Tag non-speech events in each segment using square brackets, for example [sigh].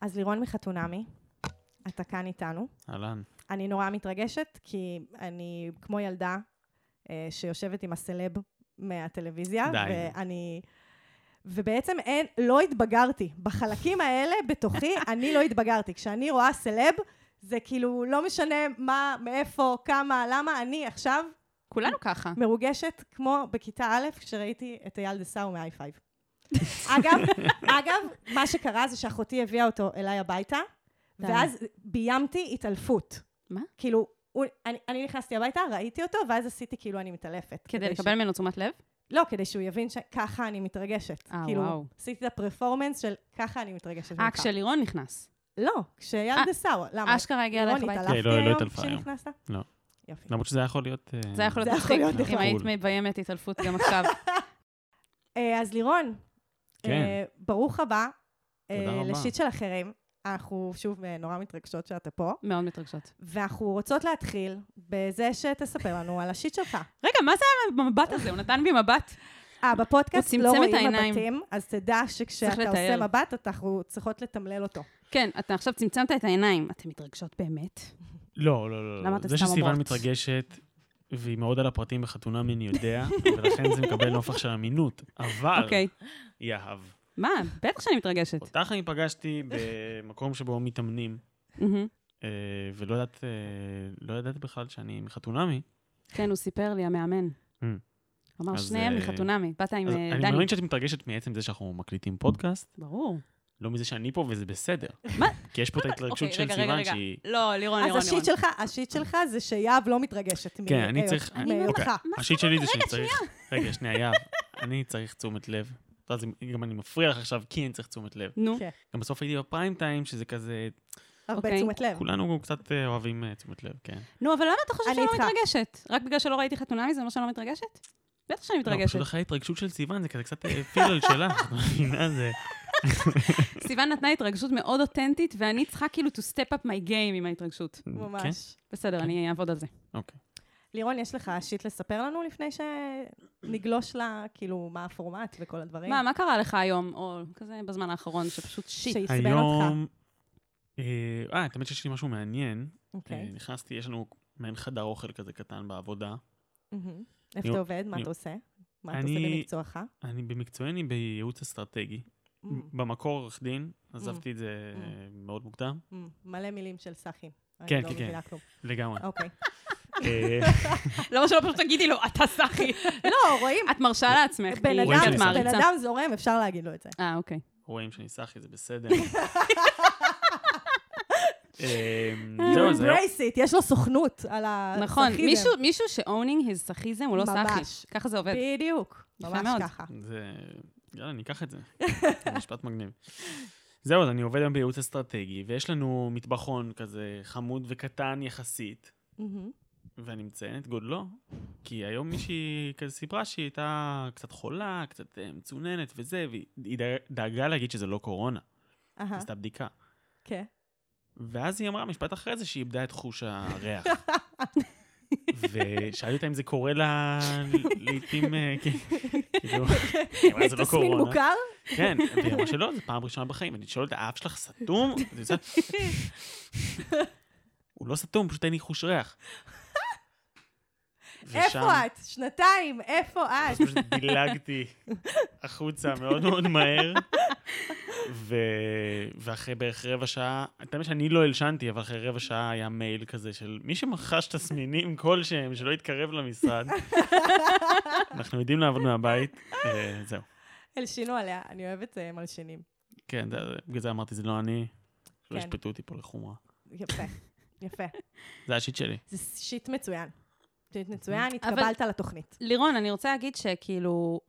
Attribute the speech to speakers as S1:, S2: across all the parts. S1: אז לירון מחתונמי, אתה כאן איתנו.
S2: אהלן.
S1: אני נורא מתרגשת, כי אני כמו ילדה אה, שיושבת עם הסלב מהטלוויזיה,
S2: די.
S1: ואני... ובעצם אין, לא התבגרתי. בחלקים האלה, בתוכי, אני לא התבגרתי. כשאני רואה סלב, זה כאילו לא משנה מה, מאיפה, כמה, למה, אני עכשיו
S3: כולנו ככה.
S1: מרוגשת כמו בכיתה א', כשראיתי את אייל דסאו מ-i5. אגב, אגב, מה שקרה זה שאחותי הביאה אותו אליי הביתה,
S3: די.
S1: ואז ביימתי התעלפות.
S3: מה?
S1: כאילו, הוא, אני, אני נכנסתי הביתה, ראיתי אותו, ואז עשיתי כאילו אני מתעלפת.
S3: כדי
S1: ש-
S3: לקבל ממנו תשומת לב?
S1: לא, כדי שהוא יבין שככה אני מתרגשת.
S3: אה,
S1: כאילו,
S3: וואו.
S1: עשיתי את הפרפורמנס של ככה אני מתרגשת.
S3: אה,
S1: ממך.
S3: כשלירון נכנס.
S1: לא, כשאייל
S3: אה,
S1: דסאו. למה?
S3: אשכרה הגיע אלייך
S1: רוני,
S3: הביתה.
S2: כן,
S1: התעלפתי
S2: לא, לא
S1: היום
S2: התעלפה היום.
S1: כשנכנסת?
S2: לא.
S1: יופי.
S2: למרות שזה היה יכול להיות... אה,
S3: זה יכול
S1: זה
S3: להיות
S1: יכול
S3: מצחיק,
S1: להיות נכון.
S3: אם
S1: נחמד.
S3: היית
S2: בול.
S3: מביימת התעלפות גם עכשיו. [laughs]
S1: אה, אז לירון,
S2: כן.
S1: אה, ברוך הבא אה,
S2: תודה רבה.
S1: לשיט של אחרים. אנחנו שוב אה, נורא מתרגשות שאתה פה,
S3: מאוד מתרגשות.
S1: ואנחנו רוצות להתחיל בזה שתספר לנו על השיט שלך.
S3: רגע, מה זה המבט הזה? הוא נתן בי מבט.
S1: אה, בפודקאסט
S3: הוא
S1: לא
S3: צמצם את
S1: רואים
S3: העיניים.
S1: מבטים, אז תדע שכשאתה
S3: צריך
S1: עושה
S3: לתעל.
S1: מבט, אנחנו צריכות לתמלל אותו.
S3: כן, אתה עכשיו צמצמת את העיניים. אתן מתרגשות באמת?
S2: לא, לא, לא.
S3: למה
S2: לא.
S3: אתם
S2: זה
S3: סתם
S2: שסיוון
S3: אומרות?
S2: מתרגשת, והיא מאוד על הפרטים בחתונה מי אני יודע, [laughs] ולכן זה מקבל נופח של אמינות. אבל,
S3: אוקיי.
S2: יהב.
S3: מה? בטח שאני מתרגשת.
S2: אותך אני פגשתי במקום שבו מתאמנים,
S3: מהמם.
S2: אה, ולא ידעת, אה, לא ידעתי בכלל שאני מחתונמי.
S3: כן, הוא סיפר לי, המאמן.
S2: Mm.
S3: הוא אמר,
S2: אז,
S3: שניהם
S2: אה,
S3: מחתונמי. באת עם
S2: אז
S3: אה,
S2: אני
S3: דני.
S2: מאמין שאת מתרגשת מעצם זה שאנחנו מקליטים פודקאסט,
S3: ברור.
S2: לא מזה שאני פה, וזה בסדר.
S3: מה?
S2: כי יש פה את ההתרגשות
S3: אוקיי,
S2: של
S3: רגע, רגע,
S2: סיוון
S3: רגע.
S2: שהיא...
S3: לא, לירון,
S1: אז
S3: לירון,
S1: השיט
S3: לירון.
S1: שלך, השיט שלך זה שיהב לא מתרגשת. מ-
S2: כן, אני
S1: אה,
S2: צריך... אוקיי,
S3: אני
S1: מאותך.
S3: מה
S2: השיט
S1: לא
S2: שלי זה שאני צריך... רגע, שנייה, יהב. אני צריך תשומת לב. את יודעת, זה- גם אני מפריע לך עכשיו, כי אני צריך תשומת לב.
S3: נו,
S1: כן,
S2: גם בסוף הייתי בפריים טיים, שזה כזה...
S1: הרבה
S3: אוקיי.
S1: תשומת לב.
S2: כולנו קצת אה, אוהבים אה, תשומת לב, כן.
S3: נו, אבל למה אתה חושב
S1: אני
S3: שאני לא
S1: איתך.
S3: מתרגשת? רק בגלל שלא ראיתי חתונמי זה אומר שאני לא מתרגשת? בטח שאני
S2: לא,
S3: מתרגשת.
S2: פשוט אחרי ההתרגשות של סיוון, זה כזה קצת אה, פילל
S1: [laughs]
S2: שלה. את מבינה? זה...
S3: סיוון נתנה התרגשות מאוד אותנטית, ואני צריכה כאילו to step up my game עם ההתרגשות.
S2: כן?
S1: ממש.
S3: בסדר, אני אעבוד על זה.
S2: אוקיי.
S1: לירון, יש לך שיט לספר לנו לפני שנגלוש לה, כאילו, מה הפורמט וכל הדברים?
S3: מה, מה קרה לך היום, או כזה בזמן האחרון, שפשוט שיט.
S1: שעצבן אותך.
S2: היום... אה, אה, את האמת שיש לי משהו מעניין. אה,
S1: אוקיי.
S2: נכנסתי, יש לנו מעין חדר אוכל כזה קטן בעבודה.
S1: מהמם. איפה
S2: נו,
S1: אתה עובד? מה
S2: נו.
S1: אתה עושה? מה אתה עושה
S2: אני-
S1: במקצועך?
S2: אני במקצועי, אני בייעוץ אסטרטגי.
S1: Mm. מ-
S2: במקור עורך דין, עזבתי את זה
S1: Mm.
S2: אה, מאוד מוקדם.
S1: מ- מלא מילים של סאחי.
S2: כן,
S1: אני לא
S2: כן, כן.
S1: מבינה כלום.
S2: לגמרי.
S3: [laughs]
S1: אוקיי.
S2: אה,
S3: למה שלא פשוט תגידי לו, אתה
S1: [laughs]
S3: סחי.
S1: לא, רואים,
S3: את מרשה לעצמך,
S1: בן
S2: רואים
S1: אדם,
S3: כי את
S2: שאני סחי.
S1: בן
S3: מעריצה.
S1: אדם זורם, אפשר להגיד לו את זה.
S3: אה, אוקיי.
S2: רואים שאני סחי, זה בסדר.
S3: אה,
S2: אמ, זהו,
S1: You
S2: זהו.
S1: embrace it, יש לו סוכנות על הסאחיזם.
S3: לא, נכון, מישהו- מישהו שאונינג his סחיזם הוא לא
S1: אה, ממש.
S3: סחי. ככה זה עובד.
S1: בדיוק,
S3: יפה
S1: ממש
S3: מאוד.
S1: ככה.
S2: זה... יאללה, אני אקח את זה. זה משפט מגניב. זהו, אז אני עובד היום בייעוץ אסטרטגי, ויש לנו מטבחון כזה חמוד וקטן יחסית,
S1: מהמם.
S2: ואני מציין את גודלו, כי היום מישהי כזה סיפרה שהיא הייתה קצת חולה, קצת אה, מצוננת וזה, והיא היא דאג- דאגה להגיד שזה לא קורונה,
S1: אהה,
S2: עשתה בדיקה.
S1: כן.
S2: ואז היא אמרה משפט אחרי זה שהיא איבדה את חוש הריח.
S1: [laughs]
S2: ושאלתי אותה אם זה קורה לה לעיתים, אה, כ- כאילו,
S1: [laughs]
S2: היא אמרה, זה לא
S1: תסמין
S3: אה,
S2: קורונה.
S1: מוכר?
S2: כן, והיא אמרה שלא, זו פעם ראשונה בחיים. אני שואל אותה, האף שלך סתום? [laughs] אז היא עושה...
S1: [laughs]
S2: הוא לא סתום, פשוט אין לי חוש ריח. ושם-
S1: איפה את? שנתיים, איפה את?
S2: אה,
S3: [laughs]
S2: אז פשוט דילגתי החוצה מאוד מאוד מהר. ו... ואחרי בערך רבע שעה, את האמת שאני לא הלשנתי, אבל אחרי רבע שעה היה מייל כזה של מי שמחש תסמינים כלשהם, שלא יתקרב למשרד. אנחנו יודעים לעבוד מהבית, אה, זהו.
S1: הלשינו עליה, אני אוהבת אה, מלשינים.
S2: כן, זה- בגלל זה אמרתי, זה לא אני. שלא
S1: כן.
S2: ישפטו אותי פה לחומרה.
S1: יפה, יפה.
S2: זה השיט שלי.
S1: זה שיט מצוין. שיט מצוין,
S3: אבל-
S1: התקבלת לתוכנית.
S3: לירון, אני רוצה להגיד שכאילו,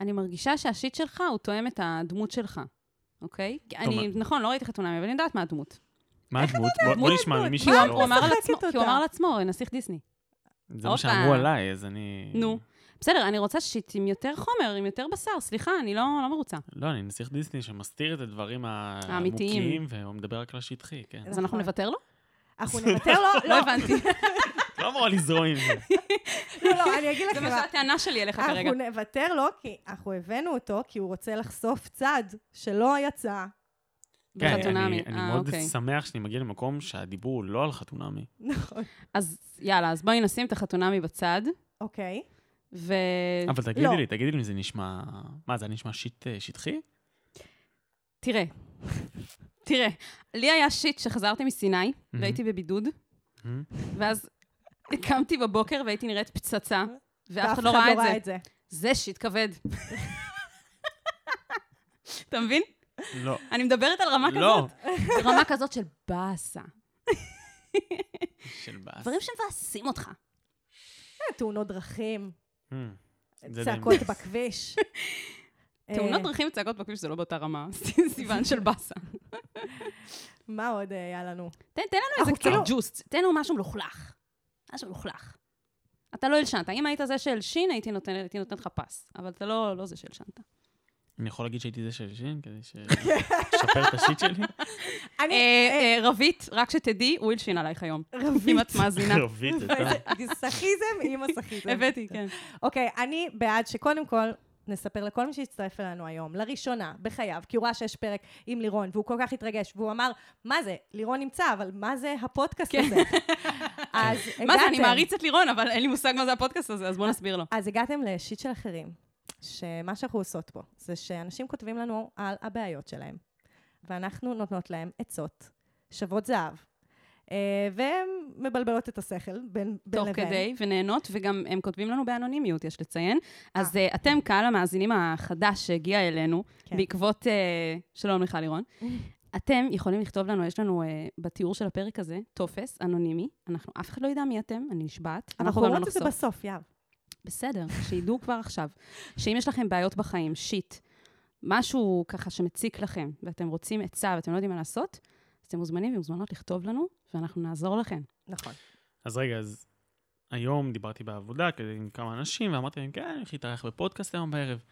S3: אני מרגישה שהשיט שלך הוא תואם את הדמות שלך, אוקיי? כי אני,
S2: אומרת?
S3: נכון, לא ראיתי חתונמי, אבל אני יודעת מה הדמות.
S2: מה הדמות? בוא- בוא
S1: הדמות?
S2: נשמע
S1: מה
S2: ממי
S3: כי הוא-
S1: את
S2: שלא.
S3: הוא אמר על
S1: משחקת
S3: עצמו, כי הוא
S1: אותה?
S3: אמר על עצמו, נסיך דיסני.
S2: זה
S3: הופה.
S2: מה שאמרו עליי, אז אני...
S3: נו. בסדר, אני רוצה שיט עם יותר חומר, עם יותר בשר, סליחה, אני לא לא מרוצה.
S2: לא, אני נסיך דיסני שמסתיר את הדברים
S3: האמיתיים.
S2: העמוקים, והוא מדבר רק על השטחי, כן.
S3: אז אנחנו
S1: נכון.
S3: נוותר לו?
S1: אנחנו נוותר לו?
S3: [laughs] לא
S1: [laughs]
S3: הבנתי.
S2: לא אמורה לזרום עם
S3: [laughs]
S2: זה.
S1: לא, לא, אני אגיד
S3: זה [laughs]
S1: לכם
S3: מה
S1: מה.
S3: שהטענה שלי אליך כרגע.
S1: אנחנו נוותר לו, כי אנחנו הבאנו אותו, כי הוא רוצה לחשוף צד שלא יצא
S2: כן,
S3: בחתונמי.
S2: אני, אני
S3: אה,
S2: מאוד
S3: אוקיי.
S2: שמח שאני מגיע למקום שהדיבור הוא לא על חתונמי.
S1: נכון.
S3: אז יאללה, אז בואי נשים את החתונמי בצד,
S1: אוקיי.
S3: ו... אה,
S2: אבל תגידי
S1: לא.
S2: לי, תגידי לי אם זה נשמע... מה, זה נשמע שיט אה, שטחי?
S3: תראה, תראה, לי היה שיט שחזרתי מסיני, והייתי בבידוד,
S2: מהמם.
S3: ואז קמתי בבוקר והייתי נראית פצצה, ואף אחד לא
S1: ואף
S3: ראה את
S1: ראה
S3: זה.
S1: את זה.
S3: זה שיט כבד. [laughs] אתה מבין?
S2: לא.
S3: אני מדברת על רמה
S2: לא.
S3: כזאת. רמה כזאת של באסה.
S2: של באס.
S3: דברים שמבאסים אותך.
S1: אה, תאונות דרכים,
S2: אמ, זה
S1: צעקות
S2: די מבאס.
S1: בכביש.
S3: [laughs] תאונות
S1: אה,
S3: דרכים וצעקות בכביש זה לא באותה רמה, [laughs] סיוון של באסה.
S1: מה עוד אה, היה לנו?
S3: תן תן לנו איזה
S1: אנחנו כאילו-
S3: קצת ג'וסט, תן לנו משהו מלוכלך. משהו מלוכלך. אתה לא הלשנת. אם היית זה שהלשין, הייתי נותן- הייתי נותנת לך פס. אבל אתה לא לא זה שהלשנת.
S2: אני יכול להגיד שהייתי זה של שין כדי
S3: [laughs]
S2: שתשפר את השיט שלי?
S1: אני...
S3: אה, אה, רבית, רק שתדעי, הוא הלשין עלייך היום.
S1: רבית.
S3: אם את
S1: [laughs]
S3: [laughs] מאזינה.
S2: חיובית, אתה.
S1: איזה סכיזם עם הסכיזם.
S3: הבאתי, כן.
S1: אוקיי, אני בעד שקודם כל נספר לכל מי שהצטרף אלינו היום, לראשונה בחייו, כי הוא ראה שיש פרק עם לירון, והוא כל כך התרגש, והוא אמר, מה זה, לירון נמצא, אבל מה זה הפודקאסט
S3: כן. [laughs]
S1: הזה? אז הגעתם.
S3: מה זה, אני מעריץ את לירון, אבל אין לי מושג מה זה הפודקאסט הזה, אז בואו נסביר לו.
S1: אז הגעתם לשיט של אחרים, שמה שאנחנו עושות פה, זה שאנשים כותבים לנו על הבעיות שלהם, ואנחנו נותנות להם עצות שוות זהב, אה, והן מבלבלות את השכל בין, בין
S3: תוך
S1: לבין.
S3: כדי, ונהנות, וגם הם כותבים לנו באנונימיות, יש לציין. אז אה, אתם, קהל המאזינים החדש שהגיע אלינו,
S1: כן.
S3: בעקבות... אה, שלום לך, לירון. אתם יכולים לכתוב לנו, יש לנו אה, בתיאור של הפרק הזה טופס אנונימי. אנחנו, אף אחד לא ידע מי אתם, אני נשבעת.
S1: אנחנו
S3: גם לא
S1: אומרות את זה
S3: נחשוף.
S1: בסוף, יאב.
S3: בסדר, שידעו כבר עכשיו, שאם יש לכם בעיות בחיים, שיט, משהו ככה שמציק לכם, ואתם רוצים עצה ואתם לא יודעים מה לעשות, אז אתם מוזמנים ומוזמנות לכתוב לנו, ואנחנו נעזור לכם.
S1: נכון.
S3: Mm.
S2: אז רגע, אז היום דיברתי בעבודה כזה עם כמה אנשים, ואמרתי להם, כן, אני הולך להתארח בפודקאסט היום בערב.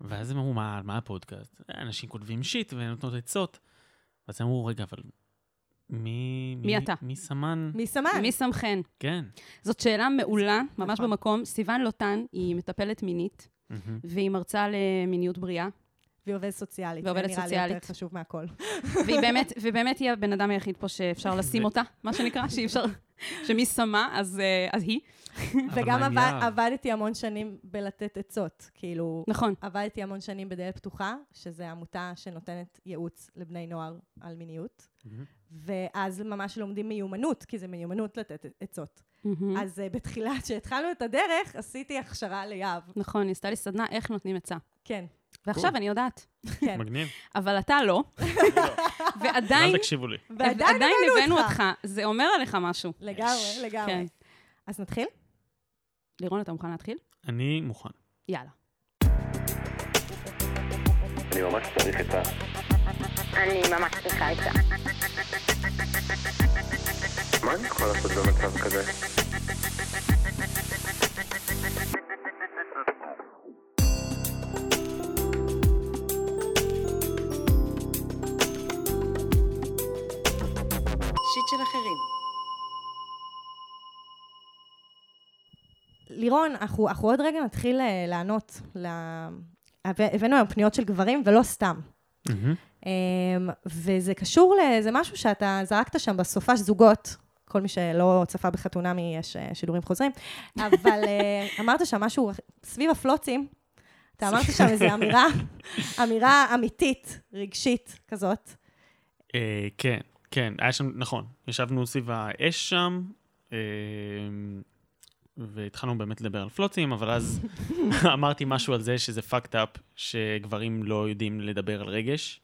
S2: ואז הם אמרו, מה, מה הפודקאסט? אנשים כותבים שיט ונותנות עצות. ואז הם אמרו, רגע, אבל מי...
S3: מי אתה?"
S2: מי סמן?
S1: מי סמן?
S3: מי שמכן?
S2: כן.
S3: זאת שאלה מעולה, ממש
S1: נכון.
S3: במקום. סיוון לוטן היא מטפלת מינית,
S2: מהמם.
S3: והיא מרצה למיניות בריאה,
S1: והיא עובדת סוציאלית.
S3: ועובדת
S1: זה נראה לי
S3: סוציאלית.
S1: יותר חשוב מהכל.
S3: והיא באמת, ובאמת היא הבן אדם היחיד פה שאפשר לשים
S2: ו-
S3: אותה, מה שנקרא, שאי אפשר... שמי שמה, אז, אה, אז היא.
S2: אבל
S1: וגם
S2: מה עם
S1: עבד,
S2: יהב?
S1: עבדתי המון שנים בלתת עצות. כאילו,
S3: נכון.
S1: עבדתי המון שנים בדלת פתוחה, שזו עמותה שנותנת ייעוץ לבני נוער על מיניות.
S2: מהמם.
S1: ואז ממש לומדים מיומנות, כי זה מיומנות לתת עצות.
S3: מהמם.
S1: אז אה, בתחילה, [laughs] כשהתחלנו את הדרך, עשיתי הכשרה ליהב.
S3: נכון, היא עשתה לי סדנה איך נותנים עצה.
S1: כן,
S3: אה, ועכשיו אני יודעת.
S1: כן.
S2: מגניב.
S3: אבל אתה לא,
S2: אל
S3: ועדיין
S2: תקשיבו לי.
S1: ועדיין
S3: עדיין הבאנו
S1: אותך.
S3: אותך, זה אומר עליך משהו.
S1: לגמרי,
S3: כן.
S1: לגמרי. אז נתחיל?
S3: לירון, אתה מוכן להתחיל?
S2: אני מוכן.
S3: יאללה.
S4: אני ממש צריך עצה.
S5: אני ממש צריכה את זה.
S4: מה אני יכול לעשות במצב כזה?
S6: שיט של אחרים.
S1: לירון, אנחנו, אנחנו עוד רגע נתחיל אה, לענות. ל... הבא- הבאנו היום פניות של גברים, ולא סתם.
S2: מהמם.
S1: אמ, וזה קשור לאיזה משהו שאתה זרקת שם בסופש זוגות. כל מי שלא צפה בחתונמי, יש אה, שידורים חוזרים. אבל אה, [laughs] אמרת שם משהו סביב הפלוצים. אתה אמרת שם איזו אמירה, אמירה אמיתית, רגשית כזאת.
S2: אה, כן, כן, היה שם, נכון. ישבנו סביב האש שם, אה, והתחלנו באמת לדבר על פלוצים, אבל אז אמרתי משהו על זה שזה fucked up, שגברים לא יודעים לדבר על רגש,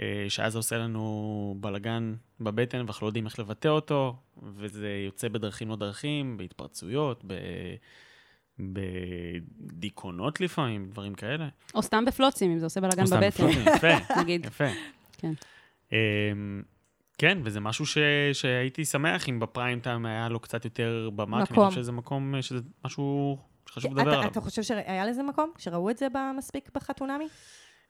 S2: אה, שאז זה עושה לנו בלגן בבטן, ואנחנו לא יודעים איך לבטא אותו, וזה יוצא בדרכים לא דרכים, בהתפרצויות, ב... בדיכאונות לפעמים, דברים כאלה.
S3: או סתם בפלוצים, אם זה עושה בלאגן
S2: או סתם
S3: בבטן,
S2: בפלוצים, יפה. [laughs]
S3: נגיד.
S2: יפה.
S3: כן.
S2: אמ, כן, וזה משהו ש... שהייתי שמח אם בפריים טיים היה לו קצת יותר במה, כי אני
S1: מקום.
S2: חושב שזה מקום, אה, שזה משהו שחשוב לדבר
S1: אתה,
S2: עליו.
S1: אתה חושב שהיה לזה מקום? שראו את זה מספיק בחתונמי?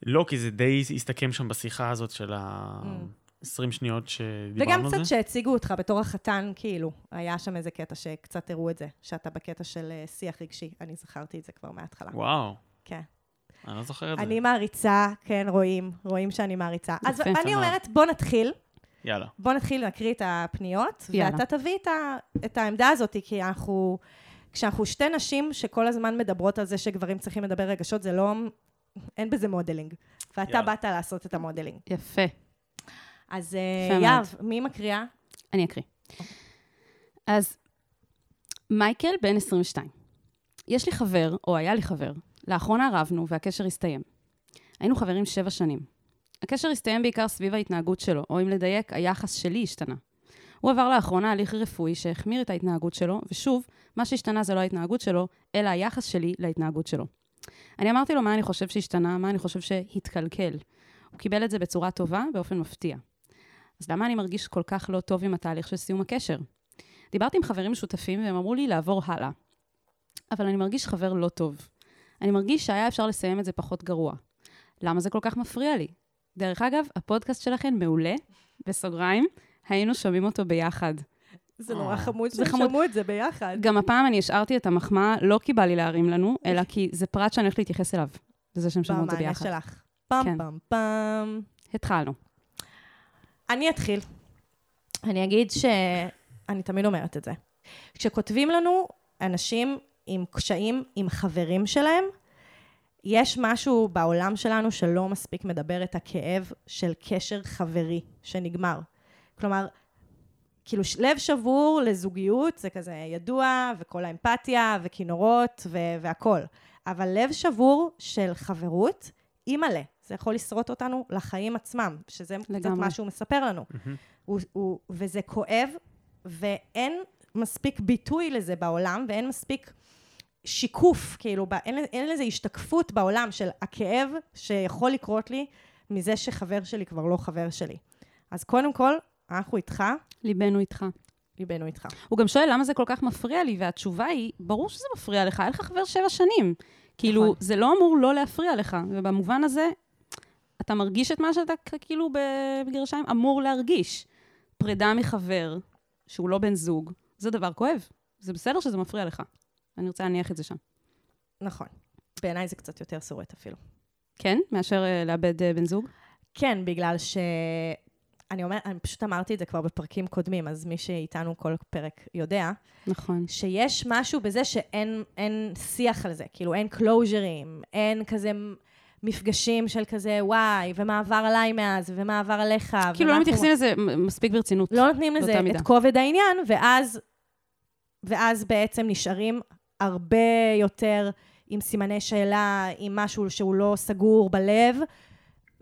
S2: לא, כי זה די הסתכם שם בשיחה הזאת של ה-20 שניות שדיברנו
S1: Mm. וגם
S2: על זה.
S1: קצת שהציגו אותך בתור החתן, כאילו, היה שם איזה קטע שקצת הראו את זה, שאתה בקטע של אה, שיח רגשי, אני זכרתי את זה כבר מההתחלה.
S2: וואו,
S1: כן.
S2: אני לא זוכר את זה.
S1: אני מעריצה, כן, רואים, רואים שאני מעריצה. אז
S3: יפה.
S1: אני
S2: תמר.
S1: אומרת, בוא נתחיל.
S2: יאללה.
S1: בוא נתחיל להקריא את הפניות,
S3: יאללה.
S1: ואתה תביא את, ה, את העמדה הזאת, כי אנחנו, כשאנחנו שתי נשים שכל הזמן מדברות על זה שגברים צריכים לדבר רגשות, זה לא, אין בזה מודלינג. ואתה
S2: יאללה.
S1: באת לעשות את המודלינג.
S3: יפה.
S1: אז
S3: יפה
S1: אה,
S3: מאוד.
S1: יהב, מי מקריאה?
S3: אני אקריא. אז מייקל, בן 22. יש לי חבר, או היה לי חבר, לאחרונה רבנו והקשר הסתיים. היינו חברים שבע שנים. הקשר הסתיים בעיקר סביב ההתנהגות שלו, או אם לדייק, היחס שלי השתנה. הוא עבר לאחרונה הליך רפואי שהחמיר את ההתנהגות שלו, ושוב, מה שהשתנה זה לא ההתנהגות שלו, אלא היחס שלי להתנהגות שלו. אני אמרתי לו מה אני חושב שהשתנה, מה אני חושב שהתקלקל. הוא קיבל את זה בצורה טובה, באופן מפתיע. אז למה אני מרגיש כל כך לא טוב עם התהליך של סיום הקשר? דיברתי עם חברים משותפים והם אמרו לי לעבור הלאה. אבל אני מרגיש חבר לא טוב. אני מרגיש שהיה אפשר לסיים את זה פחות גרוע. למה זה כל כך מפריע לי? דרך אגב, הפודקאסט שלכן מעולה, בסוגריים, היינו שומעים אותו ביחד.
S1: זה
S2: נורא
S1: נורא חמוד
S3: אה, זה
S1: שהם
S3: חמוד.
S1: שמעו את זה ביחד.
S3: גם הפעם אני השארתי את המחמאה, לא כי בא לי להרים לנו, אלא כי זה פרט שאני הולכת להתייחס אליו. זה שהם שמעו את זה
S1: במענה
S3: ביחד.
S1: שלך. פעם
S3: כן.
S1: פעם פעם.
S3: התחלנו.
S1: אני אתחיל. אני אגיד ש... אני תמיד אומרת את זה. כשכותבים לנו אנשים עם קשיים, עם חברים שלהם, יש משהו בעולם שלנו שלא מספיק מדבר את הכאב של קשר חברי שנגמר. כלומר, כאילו ש- לב שבור לזוגיות זה כזה ידוע, וכל האמפתיה, וכינורות, ו- והכול. אבל לב שבור של חברות, אימא'לה, זה יכול לשרוט אותנו לחיים עצמם, שזה קצת
S3: לגמרי.
S1: מה שהוא מספר לנו. הוא, הוא, וזה כואב, ואין מספיק ביטוי לזה בעולם, ואין מספיק שיקוף, כאילו, ב- אין, אין לזה השתקפות בעולם של הכאב שיכול לקרות לי מזה שחבר שלי כבר לא חבר שלי. אז קודם כל, אנחנו איתך,
S3: ליבנו איתך.
S1: ליבנו איתך.
S3: הוא גם שואל למה זה כל כך מפריע לי, והתשובה היא, ברור שזה מפריע לך, היה לך חבר שבע שנים. כאילו,
S1: נכון.
S3: זה לא אמור לא להפריע לך, ובמובן הזה, אתה מרגיש את מה שאתה כ- כאילו בגרשיים אמור להרגיש. פרידה מחבר, שהוא לא בן זוג, זה דבר כואב. זה בסדר שזה מפריע לך. אני רוצה להניח את זה שם.
S1: נכון. בעיניי זה קצת יותר סורט אפילו.
S3: כן? מאשר אה, לאבד אה, בן זוג?
S1: כן, בגלל ש... אני אומרת, אני פשוט אמרתי את זה כבר בפרקים קודמים, אז מי שאיתנו כל פרק יודע,
S3: נכון.
S1: שיש משהו בזה שאין אין שיח על זה, כאילו אין קלוז'רים, אין כזה מפגשים של כזה וואי, ומה עבר עליי מאז, ומה עבר עליך.
S3: כאילו,
S1: ומה
S3: לא
S1: אנחנו-
S3: מתייחסים לזה מ- מספיק ברצינות.
S1: לא נותנים
S3: באותה
S1: לזה
S3: מידה.
S1: את כובד העניין, ואז, ואז בעצם נשארים הרבה יותר עם סימני שאלה, עם משהו שהוא לא סגור בלב,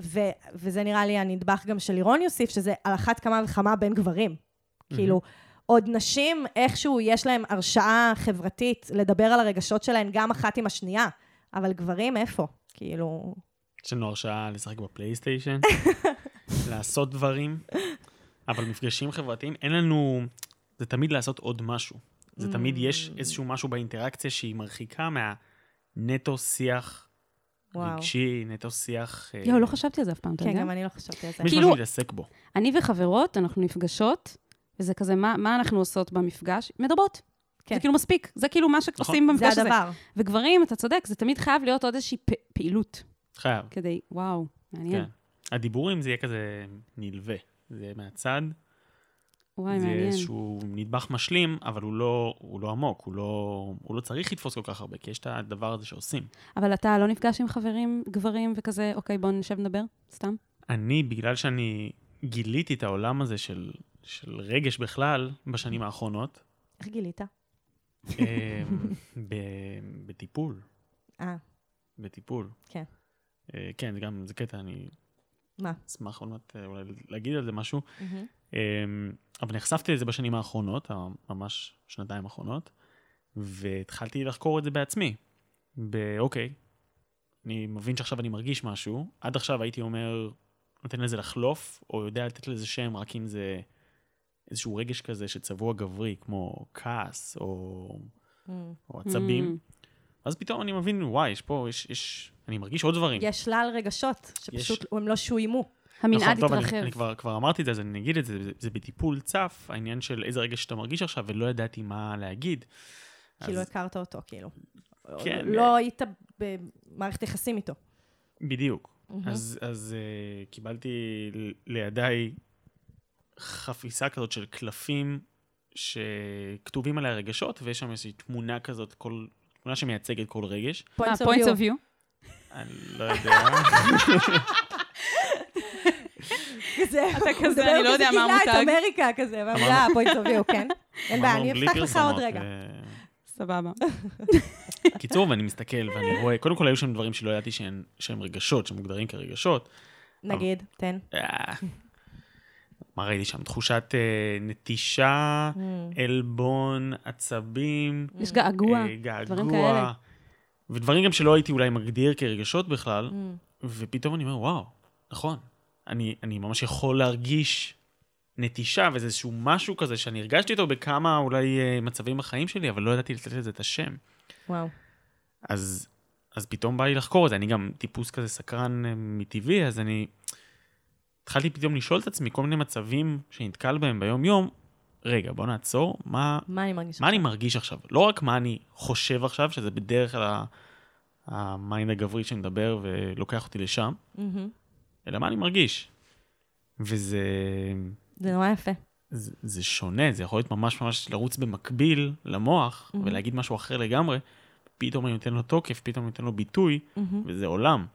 S1: ו, וזה נראה לי הנדבך גם שלירון יוסיף, שזה על אחת כמה וכמה בין גברים. כאילו, עוד נשים, איכשהו יש להם הרשאה חברתית לדבר על הרגשות שלהן גם אחת עם השנייה, אבל גברים, איפה? כאילו...
S2: יש לנו הרשאה לשחק
S3: [laughs]
S2: בפלייסטיישן, לעשות דברים, אבל מפגשים חברתיים, אין לנו... זה תמיד לעשות עוד משהו. זה תמיד
S3: Mm.
S2: יש איזשהו משהו באינטראקציה שהיא מרחיקה מהנטו שיח
S1: וואו.
S2: רגשי, נטו שיח... אה,
S3: יואו, לא חשבתי על זה אף פעם, אתה יודע?
S1: כן, גם אני לא חשבתי על זה.
S2: יש
S3: כאילו-
S2: משהו להתעסק בו.
S3: אני וחברות, אנחנו נפגשות, וזה כזה, מה, מה אנחנו עושות במפגש? מדברות. כן.
S1: כן.
S3: זה כאילו מספיק, זה כאילו מה שעושים
S2: נכון.
S1: זה
S3: במפגש הזה.
S1: הדבר.
S3: וגברים, אתה צודק, זה תמיד חייב להיות עוד איזושהי פ- פעילות,
S2: חייב.
S3: כדי, וואו, מעניין.
S2: כן. הדיבורים זה יהיה כזה נלווה. זה יהיה מהצד,
S3: וואי,
S2: זה
S3: מעניין.
S2: איזשהו נדבך משלים, אבל הוא לא, הוא לא עמוק, הוא לא, הוא לא צריך לתפוס כל כך הרבה, כי יש את הדבר הזה שעושים.
S3: אבל אתה לא נפגש עם חברים, גברים וכזה, אוקיי, בוא נשב נדבר, סתם?
S2: אני, בגלל שאני גיליתי את העולם הזה של, של רגש בכלל
S1: [laughs]
S2: בשנים האחרונות,
S1: איך גילית?
S2: אמ, ב, בטיפול,
S1: אה,
S2: בטיפול.
S1: כן.
S2: אה, כן, זה גם, זה קטע, אני
S1: מה?
S2: אשמח עוד מעט אה, אולי להגיד על זה משהו.
S1: מהמם.
S2: אמ, אבל נחשפתי לזה בשנים האחרונות, ה- ממש שנתיים האחרונות, והתחלתי לחקור את זה בעצמי. באוקיי, אני מבין שעכשיו אני מרגיש משהו, עד עכשיו הייתי אומר, נותן לזה לחלוף, או יודע לתת לזה שם רק אם זה איזשהו רגש כזה שצבוע גברי, כמו כעס או,
S1: Mm.
S2: או עצבים.
S3: Mm.
S2: אז פתאום אני מבין, וואי, יש פה, יש, יש, אני מרגיש עוד דברים.
S1: יש שלל רגשות, שפשוט הם לא שוימו.
S3: המנעד
S2: נכון, טוב, אני-
S3: התרחב.
S2: אני כבר, כבר אמרתי את זה, אז אני אגיד את זה, זה, זה בטיפול צף, העניין של איזה רגש שאתה מרגיש עכשיו, ולא ידעתי מה להגיד.
S1: כי לא
S2: אז
S1: הכרת אותו, כאילו.
S2: כן.
S1: לא היית במערכת יחסים איתו.
S2: בדיוק. אז, אז uh, קיבלתי ל- לידיי חפיסה כזאת של קלפים שכתובים עליה רגשות, ויש שם איזושהי תמונה כזאת, כל, תמונה שמייצגת כל רגש.
S3: מה,
S1: Points of
S3: אה, points
S1: view. [laughs]
S3: of view?
S2: אני לא יודע.
S1: כזה,
S3: אתה
S1: הוא
S3: כזה,
S1: מדבר
S3: אני לא יודע מה
S1: גילה את
S3: המותג.
S1: אמריקה כזה, והמילה פוינט אוף ויו,
S2: [laughs]
S1: כן? [laughs] אין בעיה, אני
S2: אמרנו, בלי
S1: אפתח לך עוד
S2: פרסומות,
S1: רגע.
S2: ו-
S3: סבבה.
S1: Mm.
S2: קיצור, ואני מסתכל ואני רואה, קודם כל היו שם דברים שלא ידעתי שהן- שהם רגשות, שמוגדרים כרגשות.
S1: נגיד, תן.
S2: אה, מה ראיתי שם? תחושת אה, נטישה,
S1: Mm,
S2: עלבון, עצבים,
S3: יש Mm. געגוע,
S2: אה,
S3: דברים כאלה.
S2: געגוע, ודברים גם שלא הייתי אולי מגדיר כרגשות
S1: mm.
S2: בכלל,
S3: Mm.
S2: ופתאום אני אומר, וואו, נכון, אני אני ממש יכול להרגיש נטישה, וזה איזשהו משהו כזה שאני הרגשתי אותו בכמה אולי אה, מצבים בחיים שלי, אבל לא ידעתי לתת לזה את השם.
S1: וואו.
S2: אז, אז פתאום בא לי לחקור את זה. אני גם טיפוס כזה סקרן אה, מטבעי, אז אני התחלתי פתאום לשאול את עצמי כל מיני מצבים שנתקל בהם ביום-יום, רגע, בוא נעצור, מה,
S1: מה אני מרגישה?
S2: מה אני מרגיש עכשיו? לא רק מה אני חושב עכשיו, שזה בדרך כלל ה- המיינד הגברי שמדבר ולוקח אותי לשם,
S1: מהמם.
S2: אלא מה אני מרגיש. וזה...
S1: זה נורא יפה.
S2: זה, זה שונה, זה יכול להיות ממש ממש לרוץ במקביל למוח mm-hmm. ולהגיד משהו אחר לגמרי, פתאום אני נותן לו תוקף, פתאום אני נותן לו ביטוי, mm-hmm. וזה עולם.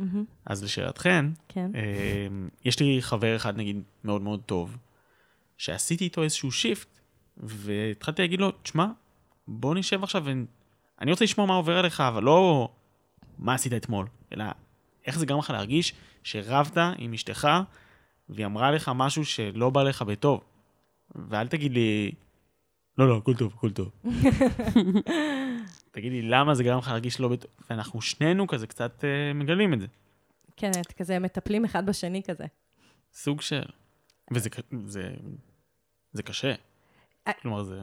S2: Mm-hmm. אז לשאלתכן,
S1: כן.
S2: אה, יש לי חבר אחד נגיד מאוד מאוד טוב, שעשיתי איתו איזשהו שיפט, והתחלתי להגיד לו, תשמע, בוא נשב עכשיו, ו... אני רוצה לשמוע מה עובר עליך, אבל לא מה עשית אתמול, אלא איך זה גרם לך להרגיש שרבת עם אשתך, והיא אמרה לך משהו שלא בא לך בטוב. ואל תגיד לי, לא, לא, הכל טוב, הכל טוב. תגיד לי, למה זה גרם לך להרגיש לא בטוב? ואנחנו שנינו כזה קצת אה, מגלים את זה.
S1: כן, את כזה מטפלים אחד בשני כזה.
S2: סוג של... וזה ק- זה, זה קשה.
S1: אה,
S2: כלומר, זה...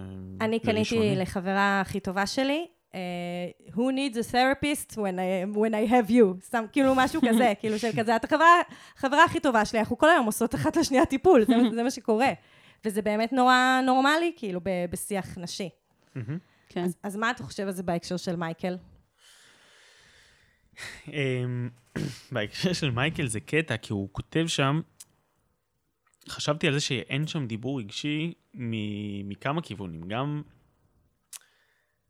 S1: אני
S2: זה
S1: קניתי
S2: ראשוני.
S1: לחברה הכי טובה שלי, אה, Who needs a therapist when I, when I have you, סתם כאילו משהו כזה, כאילו של כזה, את החברה, החברה הכי טובה שלי, אנחנו כל היום עושות אחת לשנייה טיפול, זה, זה מה שקורה. וזה באמת נורא נורמלי, כאילו, ב, בשיח נשי.
S3: כן.
S1: אז, אז מה אתה חושב על זה בהקשר של מייקל?
S2: אמ, [coughs] בהקשר של מייקל זה קטע, כי הוא כותב שם, חשבתי על זה שאין שם דיבור רגשי מ- מכמה כיוונים. גם,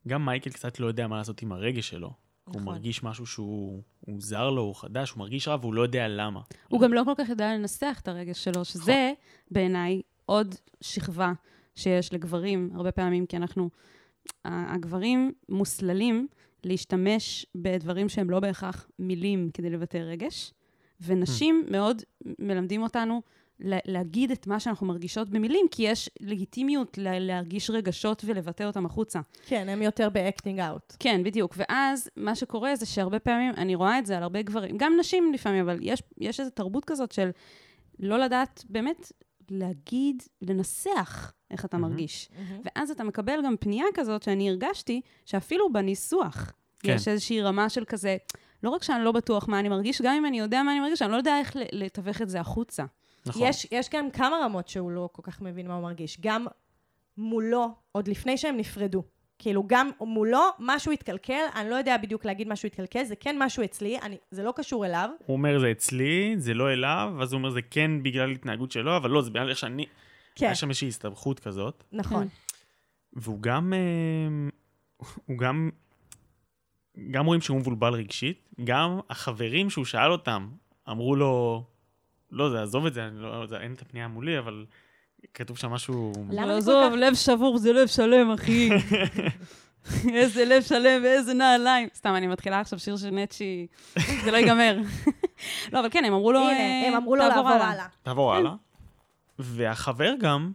S2: גם מייקל קצת לא יודע מה לעשות עם הרגש שלו.
S1: נכון.
S2: הוא מרגיש משהו שהוא הוא זר לו, הוא חדש, הוא מרגיש רע והוא לא יודע למה.
S3: הוא גם לא כל כך יודע לנסח את הרגש שלו, שזה בעיניי עוד שכבה שיש לגברים הרבה פעמים, כי אנחנו, ה- הגברים מוסללים להשתמש בדברים שהם לא בהכרח מילים כדי לבטא רגש, ונשים מאוד מלמדים אותנו לה- להגיד את מה שאנחנו מרגישות במילים, כי יש לגיטימיות לה- להרגיש רגשות ולבטא אותם החוצה.
S1: כן, הם יותר באקטינג אאוט.
S3: כן, בדיוק. ואז מה שקורה זה שהרבה פעמים, אני רואה את זה על הרבה גברים, גם נשים לפעמים, אבל יש, יש איזו תרבות כזאת של לא לדעת באמת להגיד, לנסח איך אתה מרגיש. ואז אתה מקבל גם פנייה כזאת שאני הרגשתי, שאפילו בניסוח
S2: כן.
S3: יש איזושהי רמה של כזה, לא רק שאני לא בטוח מה אני מרגיש, גם אם אני יודע מה אני מרגיש, אני לא יודע איך ל- לתווך את זה החוצה.
S2: נכון.
S1: יש, יש גם כמה רמות שהוא לא כל כך מבין מה הוא מרגיש. גם מולו, עוד לפני שהם נפרדו. כאילו, גם מולו, משהו התקלקל, אני לא יודע בדיוק להגיד משהו התקלקל, זה כן משהו אצלי, אני, זה לא קשור אליו.
S2: הוא אומר זה אצלי, זה לא אליו, ואז הוא אומר זה כן בגלל התנהגות שלו, אבל לא, זה בגלל איך שאני...
S1: כן,
S2: היה שם איזושהי הסתבכות כזאת.
S1: נכון.
S2: והוא גם, אה, הוא גם, גם רואים שהוא מבולבל רגשית, גם החברים שהוא שאל אותם אמרו לו, לא, זה עזוב את זה, אני לא, זה, אין את הפנייה מולי, אבל כתוב שם משהו...
S1: למה זה כל
S3: עזוב,
S1: כך-
S3: לב שבור זה לב שלם, [laughs] אחי. איזה לב שלם ואיזה נעליים. סתם, אני מתחילה עכשיו שיר של [laughs] נצ'י, זה לא ייגמר. [laughs] לא, אבל כן, הם אמרו לו...
S1: הנה,
S3: אה,
S1: הם אמרו לו
S3: תעבור
S1: לעבור הלאה.
S2: תעבור
S1: כן.
S2: הלאה. והחבר גם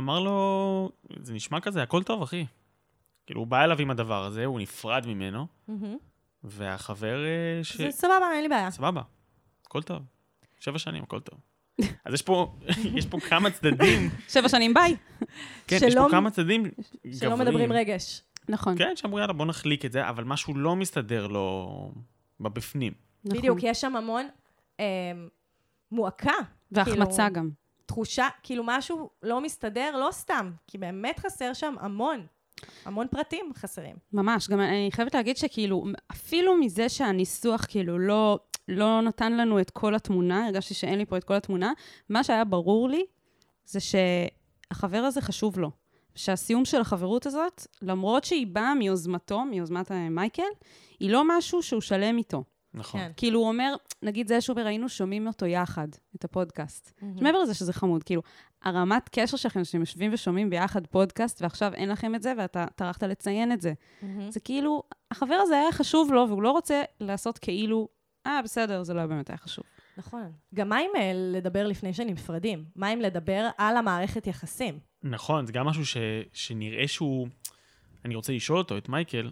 S2: אמר לו, זה נשמע כזה, הכל טוב, אחי. כאילו, הוא בא אליו עם הדבר הזה, הוא נפרד ממנו,
S1: מהמם.
S2: והחבר אה, ש...
S1: זה סבבה, אין לי בעיה.
S2: סבבה, הכל טוב. שבע שנים, הכל טוב. [laughs] אז יש פה, [laughs] יש פה כמה
S1: [laughs]
S2: צדדים,
S3: שבע שנים, ביי.
S2: כן, יש פה
S1: שלא-
S2: כמה צדדים גבריים.
S1: שלא מדברים רגש.
S3: נכון.
S2: כן, שאמרו, יאללה, בוא נחליק את זה, אבל משהו לא מסתדר לו בבפנים.
S3: נכון.
S1: בדיוק, יש שם המון אמ, מועקה.
S3: והחמצה
S1: כאילו,
S3: גם.
S1: תחושה, כאילו משהו לא מסתדר, לא סתם, כי באמת חסר שם המון. המון פרטים חסרים.
S3: ממש, גם אני חייבת להגיד שכאילו, אפילו מזה שהניסוח כאילו לא, לא נתן לנו את כל התמונה, הרגשתי שאין לי פה את כל התמונה. מה שהיה ברור לי זה שהחבר הזה חשוב לו. שהסיום של החברות הזאת, למרות שהיא באה מיוזמתו, מיוזמת אה, מייקל, היא לא משהו שהוא שלם איתו.
S2: נכון.
S1: כן.
S3: כאילו, הוא אומר, נגיד זה שהוא אומר, היינו שומעים אותו יחד, את הפודקאסט.
S1: כן.
S3: מעבר לזה שזה חמוד, כאילו, הרמת קשר שלכם, שאתם יושבים ושומעים ביחד פודקאסט, ועכשיו אין לכם את זה, ואתה טרחת לציין את זה.
S1: מהמם.
S3: זה כאילו, החבר הזה היה חשוב לו, והוא לא רוצה לעשות כאילו, אה, בסדר, זה לא באמת היה חשוב.
S1: נכון. גם מה עם אה, לדבר לפני שנפרדים? מה עם לדבר על המערכת יחסים?
S2: נכון, זה גם משהו ש, שנראה שהוא... אני רוצה לשאול אותו, את מייקל,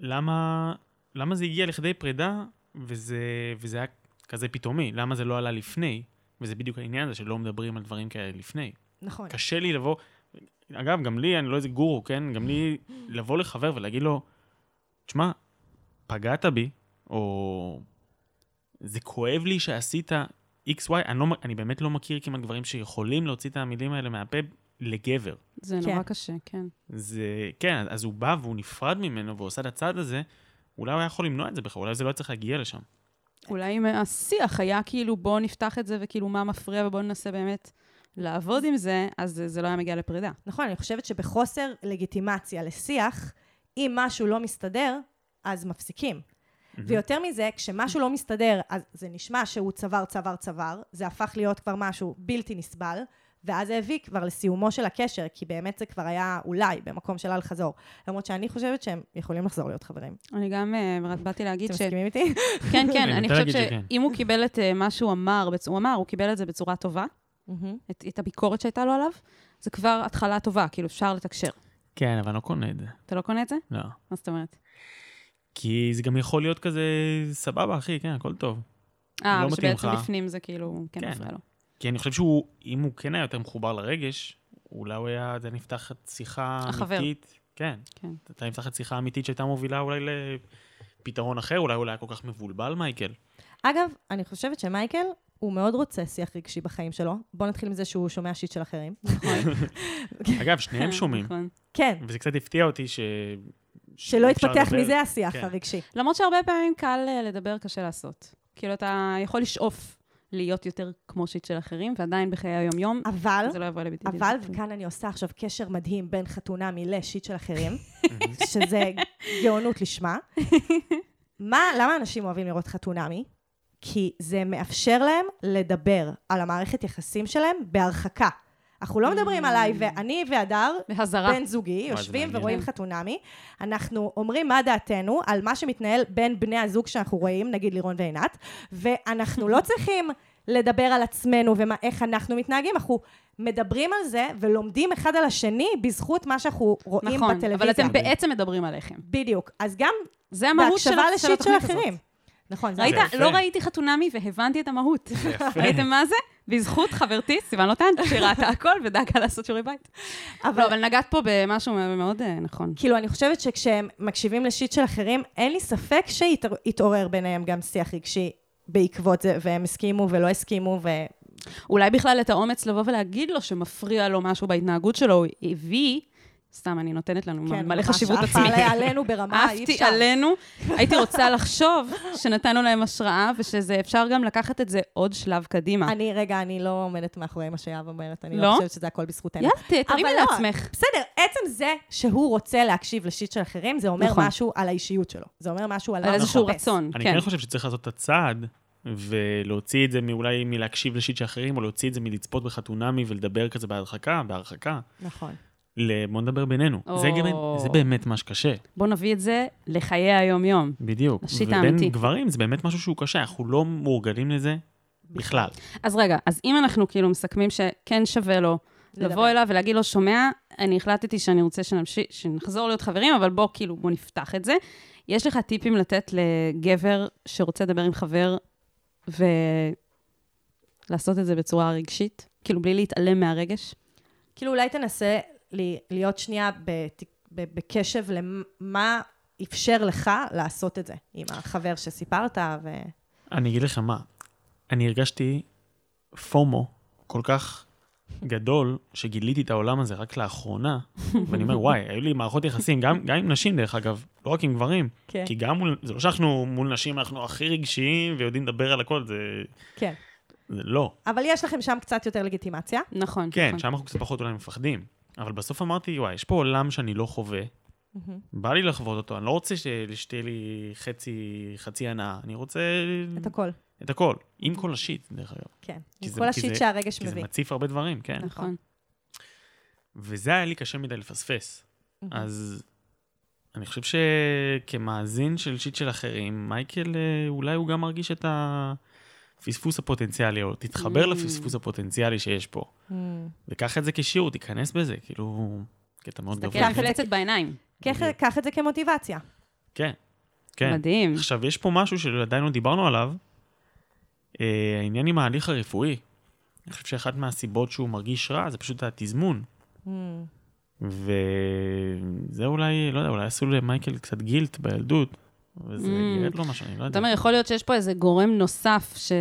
S2: למה, למה זה הגיע לכדי פרידה וזה, וזה היה כזה פתאומי? למה זה לא עלה לפני? וזה בדיוק העניין הזה שלא מדברים על דברים כאלה לפני.
S1: נכון.
S2: קשה לי לבוא... אגב, גם לי, אני לא איזה גורו, כן? גם לי לבוא לחבר ולהגיד לו, תשמע, פגעת בי, או זה כואב לי שעשית XY, אני, לא, מ- אני באמת לא מכיר כמעט גברים שיכולים להוציא את המילים האלה מהפה לגבר.
S3: זה
S1: כן.
S3: נורא קשה, כן.
S2: זה, כן, אז הוא בא והוא נפרד ממנו ועושה את הצעד הזה, אולי הוא היה יכול למנוע את זה בכלל, אולי זה לא היה צריך להגיע לשם.
S3: אולי אם השיח היה כאילו, בואו נפתח את זה, וכאילו, מה מפריע, ובואו ננסה באמת לעבוד עם זה, אז זה- זה לא היה מגיע לפרידה.
S1: נכון, אני חושבת שבחוסר לגיטימציה לשיח, אם משהו לא מסתדר, אז מפסיקים. ויותר מזה, כשמשהו לא מסתדר, אז זה נשמע שהוא צוואר, צוואר, צוואר, זה הפך להיות כבר משהו בלתי נסבל, ואז זה הביא כבר לסיומו של הקשר, כי באמת זה כבר היה אולי במקום של אל חזור. למרות שאני חושבת שהם יכולים לחזור להיות חברים.
S3: אני גם אה, באתי להגיד
S1: אתם
S3: ש...
S1: מסכימים איתי?
S3: כן,
S2: אני
S3: כן, אני
S2: מתי
S3: חושבת
S2: להגיד שכן?
S3: שאם הוא קיבל את אה, מה שהוא אמר, בצ- הוא אמר, הוא קיבל את זה בצורה טובה, את, את הביקורת שהייתה לו עליו, זה כבר התחלה טובה, כאילו אפשר לתקשר.
S2: כן, אבל אני לא קונה את זה.
S3: אתה לא קונה את זה?
S2: לא.
S3: מה זאת אומרת?
S2: כי זה גם יכול להיות כזה, סבבה, אחי, כן, הכל טוב.
S3: אה,
S2: לא
S3: אבל
S2: מתאים
S3: שבעצם
S2: לך.
S3: לפנים זה כאילו, כן,
S2: כן. [laughs]
S3: מפריע לו.
S2: כי אני חושב שהוא, אם הוא כן היה יותר מחובר לרגש, אולי הוא היה, זה נפתחת שיחה
S3: החבר.
S2: אמיתית. כן.
S3: כן.
S2: הייתה נפתחת שיחה אמיתית שהייתה מובילה אולי לפתרון אחר, אולי הוא לא היה כל כך מבולבל, מייקל.
S1: אגב, אני חושבת שמייקל, הוא מאוד רוצה שיח רגשי בחיים שלו. בואו נתחיל מזה שהוא שומע שיט של אחרים.
S2: אגב, שניהם שומעים,
S3: כן. נכון.
S1: כן,
S2: וזה קצת הפתיע אותי ש...
S1: שלא
S2: שאפשר
S1: יתפתח
S2: לדבר.
S1: מזה השיח
S2: כן.
S1: הרגשי.
S3: למרות שהרבה פעמים קל אה, לדבר, קשה לעשות. כאילו, אתה יכול לשאוף להיות יותר כמו שיט של אחרים, ועדיין בחיי היום-יום,
S1: אבל...
S3: זה לא יבוא לביטוי.
S1: אבל, וכאן אני עושה עכשיו קשר מדהים בין חתונה מלשיט של
S2: [laughs]
S1: אחרים, שזה גאונות לשמה. מה, למה אנשים אוהבים לראות חתונמי? כי זה מאפשר להם לדבר על המערכת יחסים שלהם בהרחקה. אנחנו לא מדברים
S3: Mm.
S1: עליי, ואני והדר,
S3: בהזרה.
S1: בן זוגי,
S2: זה
S1: יושבים
S2: מעניין.
S1: ורואים חתונמי. אנחנו אומרים מה דעתנו על מה שמתנהל בין בני הזוג שאנחנו רואים, נגיד לירון ועינת, ואנחנו
S3: [laughs]
S1: לא צריכים לדבר על עצמנו ואיך אנחנו מתנהגים, אנחנו מדברים על זה ולומדים אחד על השני בזכות מה שאנחנו רואים
S3: נכון,
S1: בטלוויזיה.
S3: אבל אתם בעצם מדברים עליכם.
S1: בדיוק. אז גם
S3: זה המהות של
S1: בהקשבה
S3: של
S1: לשיט של
S3: התוכנית הזאת.
S1: אחרים. נכון, זה
S3: ראית?
S1: נכון.
S2: יפה.
S3: לא ראיתי חתונמי והבנתי את המהות. ראיתם מה זה? בזכות חברתי, סיוון לוטן, שראתה הכל ודאגה לעשות שיעורי בית.
S1: אבל...
S3: לא, אבל נגעת פה במשהו מאוד אה, נכון.
S1: כאילו, אני חושבת שכשהם מקשיבים לשיט של אחרים, אין לי ספק שיתעורר ביניהם גם שיח רגשי בעקבות זה, והם הסכימו ולא הסכימו, ו...
S3: אולי בכלל את האומץ לבוא ולהגיד לו שמפריע לו משהו בהתנהגות שלו, הוא הביא, סתם, אני נותנת לנו
S1: כן,
S3: מלא
S1: ממש,
S3: חשיבות
S1: עפה
S3: עצמית.
S1: עלי- עלינו ברמה, אי
S3: עפתי
S1: אפשר.
S3: עלינו, הייתי
S1: [laughs]
S3: רוצה לחשוב שנתנו להם השראה ושזה אפשר גם לקחת את זה עוד שלב קדימה.
S1: אני, רגע, אני לא עומדת מאחורי מה שיהב אומרת, אני
S3: לא?
S1: לא חושבת שזה הכל בזכותנו.
S3: יאללה, ת- תרימי
S1: אבל לא,
S3: לעצמך.
S1: בסדר, עצם זה שהוא רוצה להקשיב לשיט של אחרים, זה אומר
S3: נכון.
S1: משהו על האישיות שלו. זה אומר משהו על מה
S3: על
S1: הוא
S3: איזשהו
S1: לא מחפש.
S3: רצון,
S2: אני
S3: כן.
S2: כן חושב שצריך לעשות את הצעד, ולהוציא את זה מאולי מלהקשיב לשיט של אחרים, או להוציא את זה מלצפות בחתונמי ולדבר כזה בהרחקה, בהרחקה.
S1: נכון.
S2: ל- בוא נדבר בינינו. זה,
S3: או.
S2: גם- זה באמת מה שקשה,
S3: בוא נביא את זה לחיי היום-יום.
S2: בדיוק.
S3: השיט האמיתי.
S2: ובין גברים זה באמת משהו שהוא קשה, אנחנו לא מורגלים לזה בכלל.
S3: אז רגע, אז אם אנחנו כאילו מסכמים שכן שווה לו
S1: לדבר.
S3: לבוא אליו ולהגיד לו, שומע, אני החלטתי שאני רוצה שנמשיך, שנחזור להיות חברים, אבל בוא, כאילו, בוא נפתח את זה. יש לך טיפים לתת לגבר שרוצה לדבר עם חבר ולעשות את זה בצורה רגשית? כאילו, בלי להתעלם מהרגש?
S1: כאילו, אולי תנסה לי- להיות שנייה בת- ב- בקשב למה אפשר לך לעשות את זה, עם החבר שסיפרת, ו...
S2: אני אגיד לך מה, אני הרגשתי פומו כל כך גדול, שגיליתי את העולם הזה רק
S3: [laughs]
S2: לאחרונה, ואני אומר, וואי, היו לי מערכות יחסים, גם, גם עם נשים, דרך אגב, לא רק עם גברים.
S1: כן,
S2: כי גם מול, זה לא שאנחנו מול נשים, אנחנו הכי רגשיים ויודעים לדבר על הכל, זה,
S1: כן.
S2: זה לא.
S1: אבל יש לכם שם קצת יותר לגיטימציה.
S3: נכון.
S2: כן,
S3: נכון.
S2: שם אנחנו קצת פחות אולי מפחדים. אבל בסוף אמרתי, וואי, יש פה עולם שאני לא חווה, בא לי לחוות אותו, אני לא רוצה ש- שתהיה לי חצי, חצי הנאה, אני רוצה
S1: את הכל,
S2: את הכל. עם כל השיט, דרך אגב.
S1: כן.
S2: כי
S1: עם
S2: זה-
S1: כל
S2: כי
S1: השיט
S2: זה-
S1: שהרגש
S2: כי זה
S1: מביא.
S2: מציף הרבה דברים, כן.
S3: נכון.
S2: וזה היה לי קשה מדי לפספס.
S1: מהמם.
S2: אז אני חושב שכמאזין של שיט של אחרים, מייקל אה, אולי הוא גם מרגיש את הפספוס הפוטנציאלי, או תתחבר
S3: Mm.
S2: לפספוס הפוטנציאלי שיש פה.
S1: Mm.
S2: וקח את זה כשיעור, תיכנס בזה, כאילו, קטע מאוד
S3: תסתכל
S2: גבוה.
S3: על מפלצת בעיניים.
S1: קח-
S2: בדיוק.
S1: קח את זה כמוטיבציה.
S2: כן, כן.
S3: מדהים.
S2: עכשיו, יש פה משהו שעדיין לא דיברנו עליו, אה, העניין עם ההליך הרפואי. אני חושב שאחת מהסיבות שהוא מרגיש רע זה פשוט התזמון.
S1: Mm.
S2: וזה אולי, לא יודע, אולי עשו למייקל קצת גילט בילדות, וזה
S3: Mm.
S2: ירד לו משהו, אני לא
S3: אתה
S2: יודע.
S3: אומר, יכול להיות שיש פה איזה גורם נוסף ש...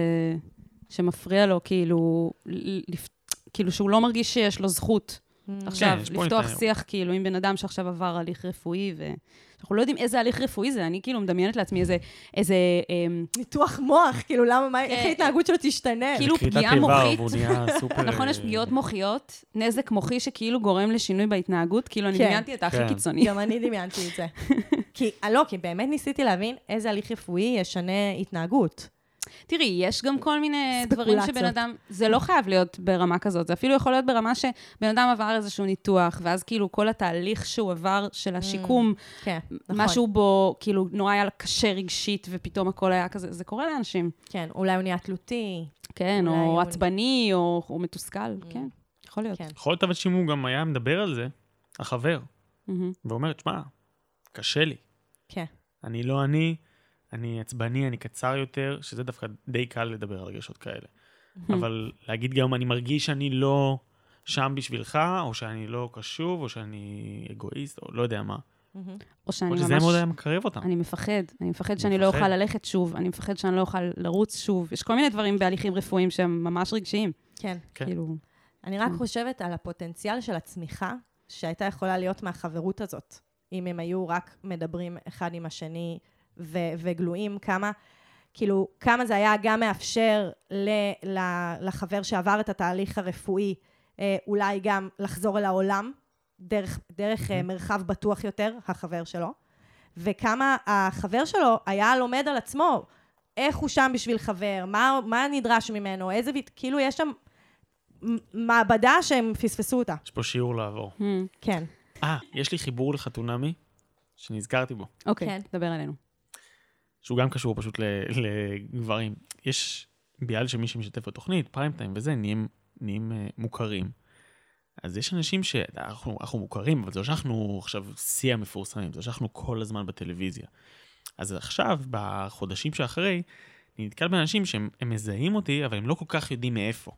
S3: שמפריע לו, כאילו, ל- לפ... כאילו שהוא לא מרגיש שיש לו זכות
S1: Mm.
S3: עכשיו
S2: כן, יש פה את
S3: לפתוח
S2: ה-
S3: שיח, כאילו, עם בן אדם שעכשיו עבר הליך רפואי, ואנחנו לא יודעים איזה הליך רפואי זה, אני כאילו מדמיינת לעצמי איזה, איזה אמ,
S1: ניתוח מוח, כאילו, למה, מה- איך
S3: כן.
S1: ההתנהגות שלו תשתנה?
S3: כאילו
S2: זה כריתת
S3: פגיעה
S2: איבר,
S3: מוחית.
S2: והוא
S3: [laughs]
S2: נהיה סופר... אה,
S3: נכון, יש פגיעות מוחיות, נזק מוחי שכאילו גורם לשינוי בהתנהגות, כאילו, אני
S1: כן.
S3: דמיינתי את הכי
S2: כן.
S3: קיצוני.
S1: גם אני דמיינתי את זה.
S3: [laughs]
S1: כי, אה, לא, כי באמת ניסיתי להבין איזה הליך רפואי ישנה התנהגות.
S3: תראי, יש גם כל מיני דברים שבן
S1: ספקולציות.
S3: אדם... זה לא חייב להיות ברמה כזאת, זה אפילו יכול להיות ברמה שבן אדם עבר איזשהו ניתוח, ואז כאילו כל התהליך שהוא עבר של השיקום,
S1: כן, Mm, נכון.
S3: משהו בו כאילו נורא היה קשה רגשית, ופתאום הכל היה כזה, זה קורה לאנשים.
S1: כן, אולי הוא נהיה תלותי.
S3: כן,
S1: אולי
S3: או
S1: הוא-
S3: עצבני, או או מתוסכל, כן, יכול להיות.
S1: כן.
S2: יכול להיות אבל שאם הוא גם היה מדבר על זה, החבר,
S3: מהמם.
S2: ואומר, תשמע, קשה לי,
S1: כן.
S2: אני לא אני, אני עצבני, אני קצר יותר, שזה דווקא די קל לדבר על רגשות כאלה. אבל להגיד גם, אני מרגיש שאני לא שם בשבילך, או שאני לא קשוב, או שאני אגואיסט, או לא יודע מה.
S3: או
S2: יכול
S3: שאני ממש...
S2: להיות שזה מאוד היה מקרב אותם.
S3: אני מפחד, אני מפחד שאני לא
S2: מפחד.
S3: אוכל ללכת שוב, אני מפחד שאני לא אוכל לרוץ שוב. יש כל מיני דברים בהליכים רפואיים שהם ממש רגשיים,
S1: כן.
S2: כן.
S3: כאילו...
S1: אני רק חושבת על הפוטנציאל של הצמיחה שהייתה יכולה להיות מהחברות הזאת, אם הם היו רק מדברים אחד עם השני ו- וגלויים, כמה, כאילו, כמה זה היה גם מאפשר ל- ל- לחבר שעבר את התהליך הרפואי, אה, אולי גם לחזור אל העולם, דרך, דרך אה, מרחב בטוח יותר, החבר שלו, וכמה החבר שלו היה לומד על עצמו, איך הוא שם בשביל חבר, מה, מה נדרש ממנו, איזה... וית- כאילו, יש שם מ- מעבדה שהם פספסו אותה.
S2: יש פה שיעור לעבור.
S3: Hmm.
S1: כן.
S2: אה, יש לי חיבור לחתונמי, שנזכרתי בו,
S3: אוקיי,
S1: כן.
S3: דבר אלינו.
S2: שהוא גם קשור פשוט ל- לגברים. יש, בגלל שמי שמשתתף בתוכנית, פריים טיים וזה, נהיים, נהיים אה, מוכרים. אז יש אנשים שאנחנו אנחנו מוכרים, אבל זה לא שאנחנו עכשיו שיא המפורסמים, זה לא שאנחנו כל הזמן בטלוויזיה. אז עכשיו, בחודשים שאחרי, אני נתקל באנשים שהם הם מזהים אותי, אבל הם לא כל כך יודעים מאיפה.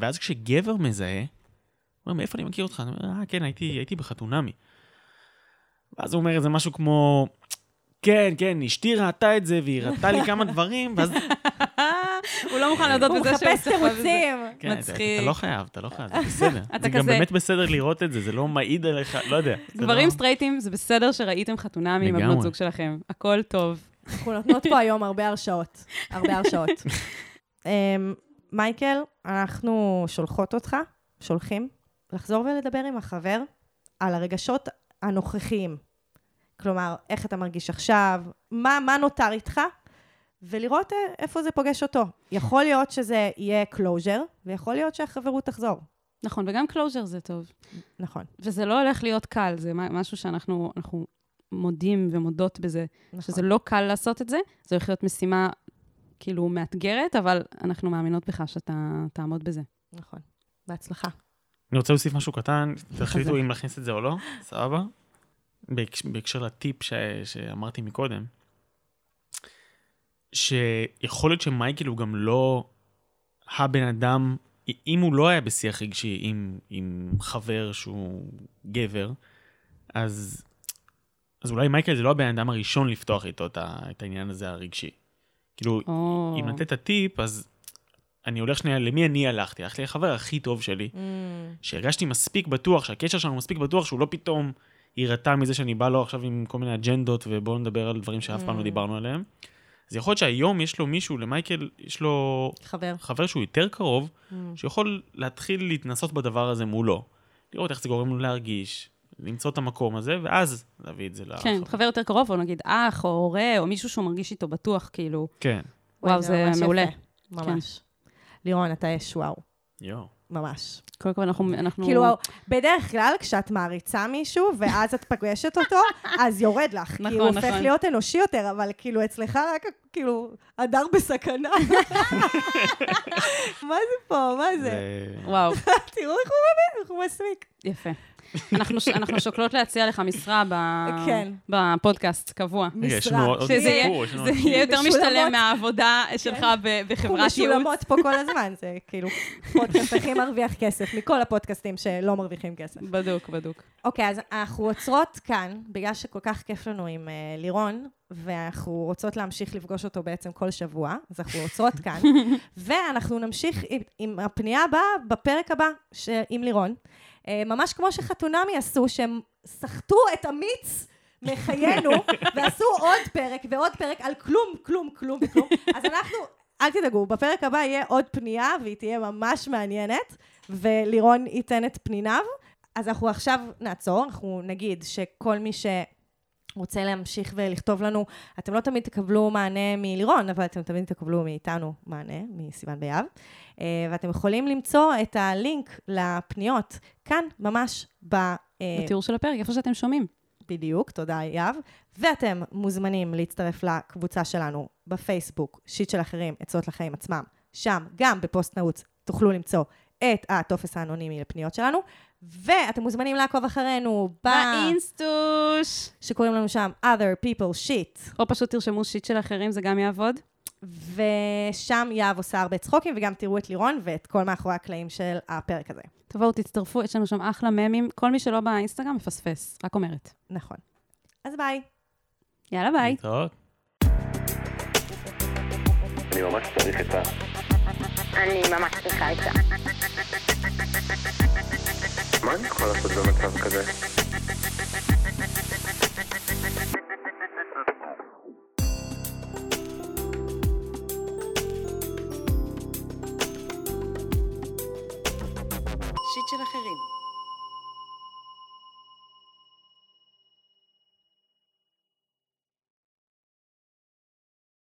S2: ואז כשגבר מזהה, הוא אומר, מאיפה אני מכיר אותך? אני אומר, אה, כן, הייתי, הייתי בחתונמי. ואז הוא אומר איזה משהו כמו, כן, כן, אשתי ראתה את זה, והיא ראתה לי כמה דברים,
S3: [laughs]
S2: ואז... כן,
S3: הוא לא מוכן להודות
S1: הוא
S3: בזה שהוא
S1: מחפש
S3: צפה בזה.
S1: תירוצים.
S2: כן, אתה-
S3: מצחיק.
S2: אתה לא חייב, אתה לא חייב, זה בסדר.
S3: [laughs] אתה
S2: זה גם
S3: כזה-
S2: באמת בסדר לראות את זה, זה לא מעיד עליך, לא יודע. זה
S3: גברים
S2: לא-
S3: סטרייטים, זה בסדר שראיתם חתונמי עם הבנות
S2: לגמרי.
S3: זוג שלכם. הכל טוב.
S1: אנחנו נותנות פה היום הרבה הרשאות. הרבה
S3: [laughs]
S1: הרשאות. אמ, מייקל, אנחנו שולחות אותך, שולחים, לחזור ולדבר עם החבר על הרגשות הנוכחיים. כלומר, איך אתה מרגיש עכשיו, מה, מה נותר איתך, ולראות אה, איפה זה פוגש אותו. יכול להיות שזה יהיה קלוז'ר, ויכול להיות שהחברות תחזור.
S3: נכון, וגם קלוז'ר זה טוב.
S1: נכון,
S3: וזה לא הולך להיות קל, זה מה- משהו שאנחנו אנחנו מודים ומודות בזה,
S1: נכון.
S3: שזה לא קל לעשות את זה, זה הולך להיות משימה כאילו מאתגרת, אבל אנחנו מאמינות בך שאתה תעמוד בזה.
S1: נכון. בהצלחה.
S2: אני רוצה להוסיף משהו קטן, תחליטו אם להכניס את זה או לא, סבבה? בהקש- בהקשר לטיפ ש- שאמרתי מקודם, שיכול להיות שמייקל הוא גם לא הבן אדם, אם הוא לא היה בשיח רגשי עם, עם חבר שהוא גבר, אז, אז אולי מייקל זה לא הבן אדם הראשון לפתוח איתו את, ה, את העניין הזה הרגשי. כאילו,
S3: או,
S2: אם לתת את הטיפ, אז אני הולך שנייה, למי אני הלכתי? הלכתי לחבר הכי טוב שלי,
S1: Mm.
S2: שהרגשתי מספיק בטוח, שהקשר שלנו מספיק בטוח, שהוא לא פתאום יירתע מזה שאני בא לו עכשיו עם כל מיני אג'נדות, ובואו נדבר על דברים שאף פעם לא
S1: Mm.
S2: דיברנו עליהם. אז יכול להיות שהיום יש לו מישהו, למייקל יש לו
S1: חבר.
S2: חבר שהוא יותר קרוב,
S1: Mm.
S2: שיכול להתחיל להתנסות בדבר הזה מולו. לראות איך זה גורם לו להרגיש, למצוא את המקום הזה, ואז להביא את זה לחבר.
S3: כן, חבר יותר קרוב, או נגיד אח, או הורה, או מישהו שהוא מרגיש איתו בטוח, כאילו,
S2: כן.
S3: וואו,
S1: אוי,
S3: זה
S1: ממש יפה.
S3: מעולה. כן.
S1: ממש. לירון, אתה יש וואו.
S2: יואו.
S1: ממש.
S3: קודם כל אנחנו... אנחנו-
S1: כאילו, בדרך כלל, כשאת מעריצה מישהו, ואז את פגשת
S3: [laughs]
S1: אותו, אז יורד לך. כי
S3: נכון,
S1: הוא הופך
S3: נכון.
S1: להיות אנושי יותר, אבל כאילו, אצלך רק, כאילו, הדר
S3: [laughs]
S1: בסכנה. מה זה פה? מה זה?
S3: וואו,
S1: תראו איך הוא מבין, איך הוא מסמיק.
S3: יפה. אנחנו ש- אנחנו שוקלות להציע לך משרה ב-
S1: כן.
S3: בפודקאסט,
S1: [laughs]
S3: קבוע.
S2: רגע, יש
S1: משרה.
S2: לנו עוד
S3: שזה יהיה-
S2: סיפור, יש לנו
S3: זה
S2: עוד-
S3: יהיה יותר משתלם
S1: משולמות.
S3: מהעבודה שלך ב-
S1: אנחנו
S3: בחברת ייעוץ.
S1: משולמות פה כל הזמן, זה
S3: [laughs]
S1: כאילו פודקאסט הכי מרוויח כסף, מכל הפודקאסטים שלא מרוויחים כסף.
S3: בדוק, בדוק.
S1: אוקיי, אז אנחנו עוצרות כאן, בגלל שכל כך כיף לנו עם אה, לירון, ואנחנו רוצות להמשיך לפגוש אותו בעצם כל שבוע, אז אנחנו עוצרות כאן, ואנחנו נמשיך עם, עם הפנייה הבאה בפרק הבא ש, עם לירון. אה, ממש כמו שחתונמי עשו, שהם סחטו את המיץ מחיינו, ועשו עוד פרק ועוד פרק על כלום, כלום, כלום וכלום. אז אנחנו, אל תדאגו, בפרק הבא יהיה עוד פנייה, והיא תהיה ממש מעניינת, ולירון ייתן את פניניו. אז אנחנו עכשיו נעצור, אנחנו נגיד שכל מי שרוצה להמשיך ולכתוב לנו, אתם לא תמיד תקבלו מענה מלירון, אבל אתם תמיד תקבלו מאיתנו מענה, מסיוון ביהב. אה, ואתם יכולים למצוא את הלינק לפניות כאן, ממש ב... אה,
S3: בתיאור של הפרק, איפה שאתם שומעים.
S1: בדיוק, תודה יהב. ואתם מוזמנים להצטרף לקבוצה שלנו בפייסבוק, שיט של אחרים, עצות לחיים עצמם. שם, גם בפוסט נעוץ, תוכלו למצוא את הטופס האנונימי לפניות שלנו. ואתם מוזמנים לעקוב אחרינו ב...
S3: באינסטוש.
S1: שקוראים לנו שם other people shit.
S3: או פשוט תרשמו שיט של אחרים, זה גם יעבוד.
S1: ושם יהב עושה הרבה צחוקים, וגם תראו את לירון ואת כל מאחורי הקלעים של הפרק הזה.
S3: תבואו, תצטרפו, יש לנו שם אחלה ממים. כל מי שלא באינסטגרם מפספס, רק אומרת.
S1: נכון. אז ביי.
S3: יאללה, ביי.
S2: להתראות.
S4: אני ממש צריך את ה...
S5: אני ממש צריכה את זה.
S4: מה אני יכול לעשות במצב כזה?
S6: שיט של אחרים.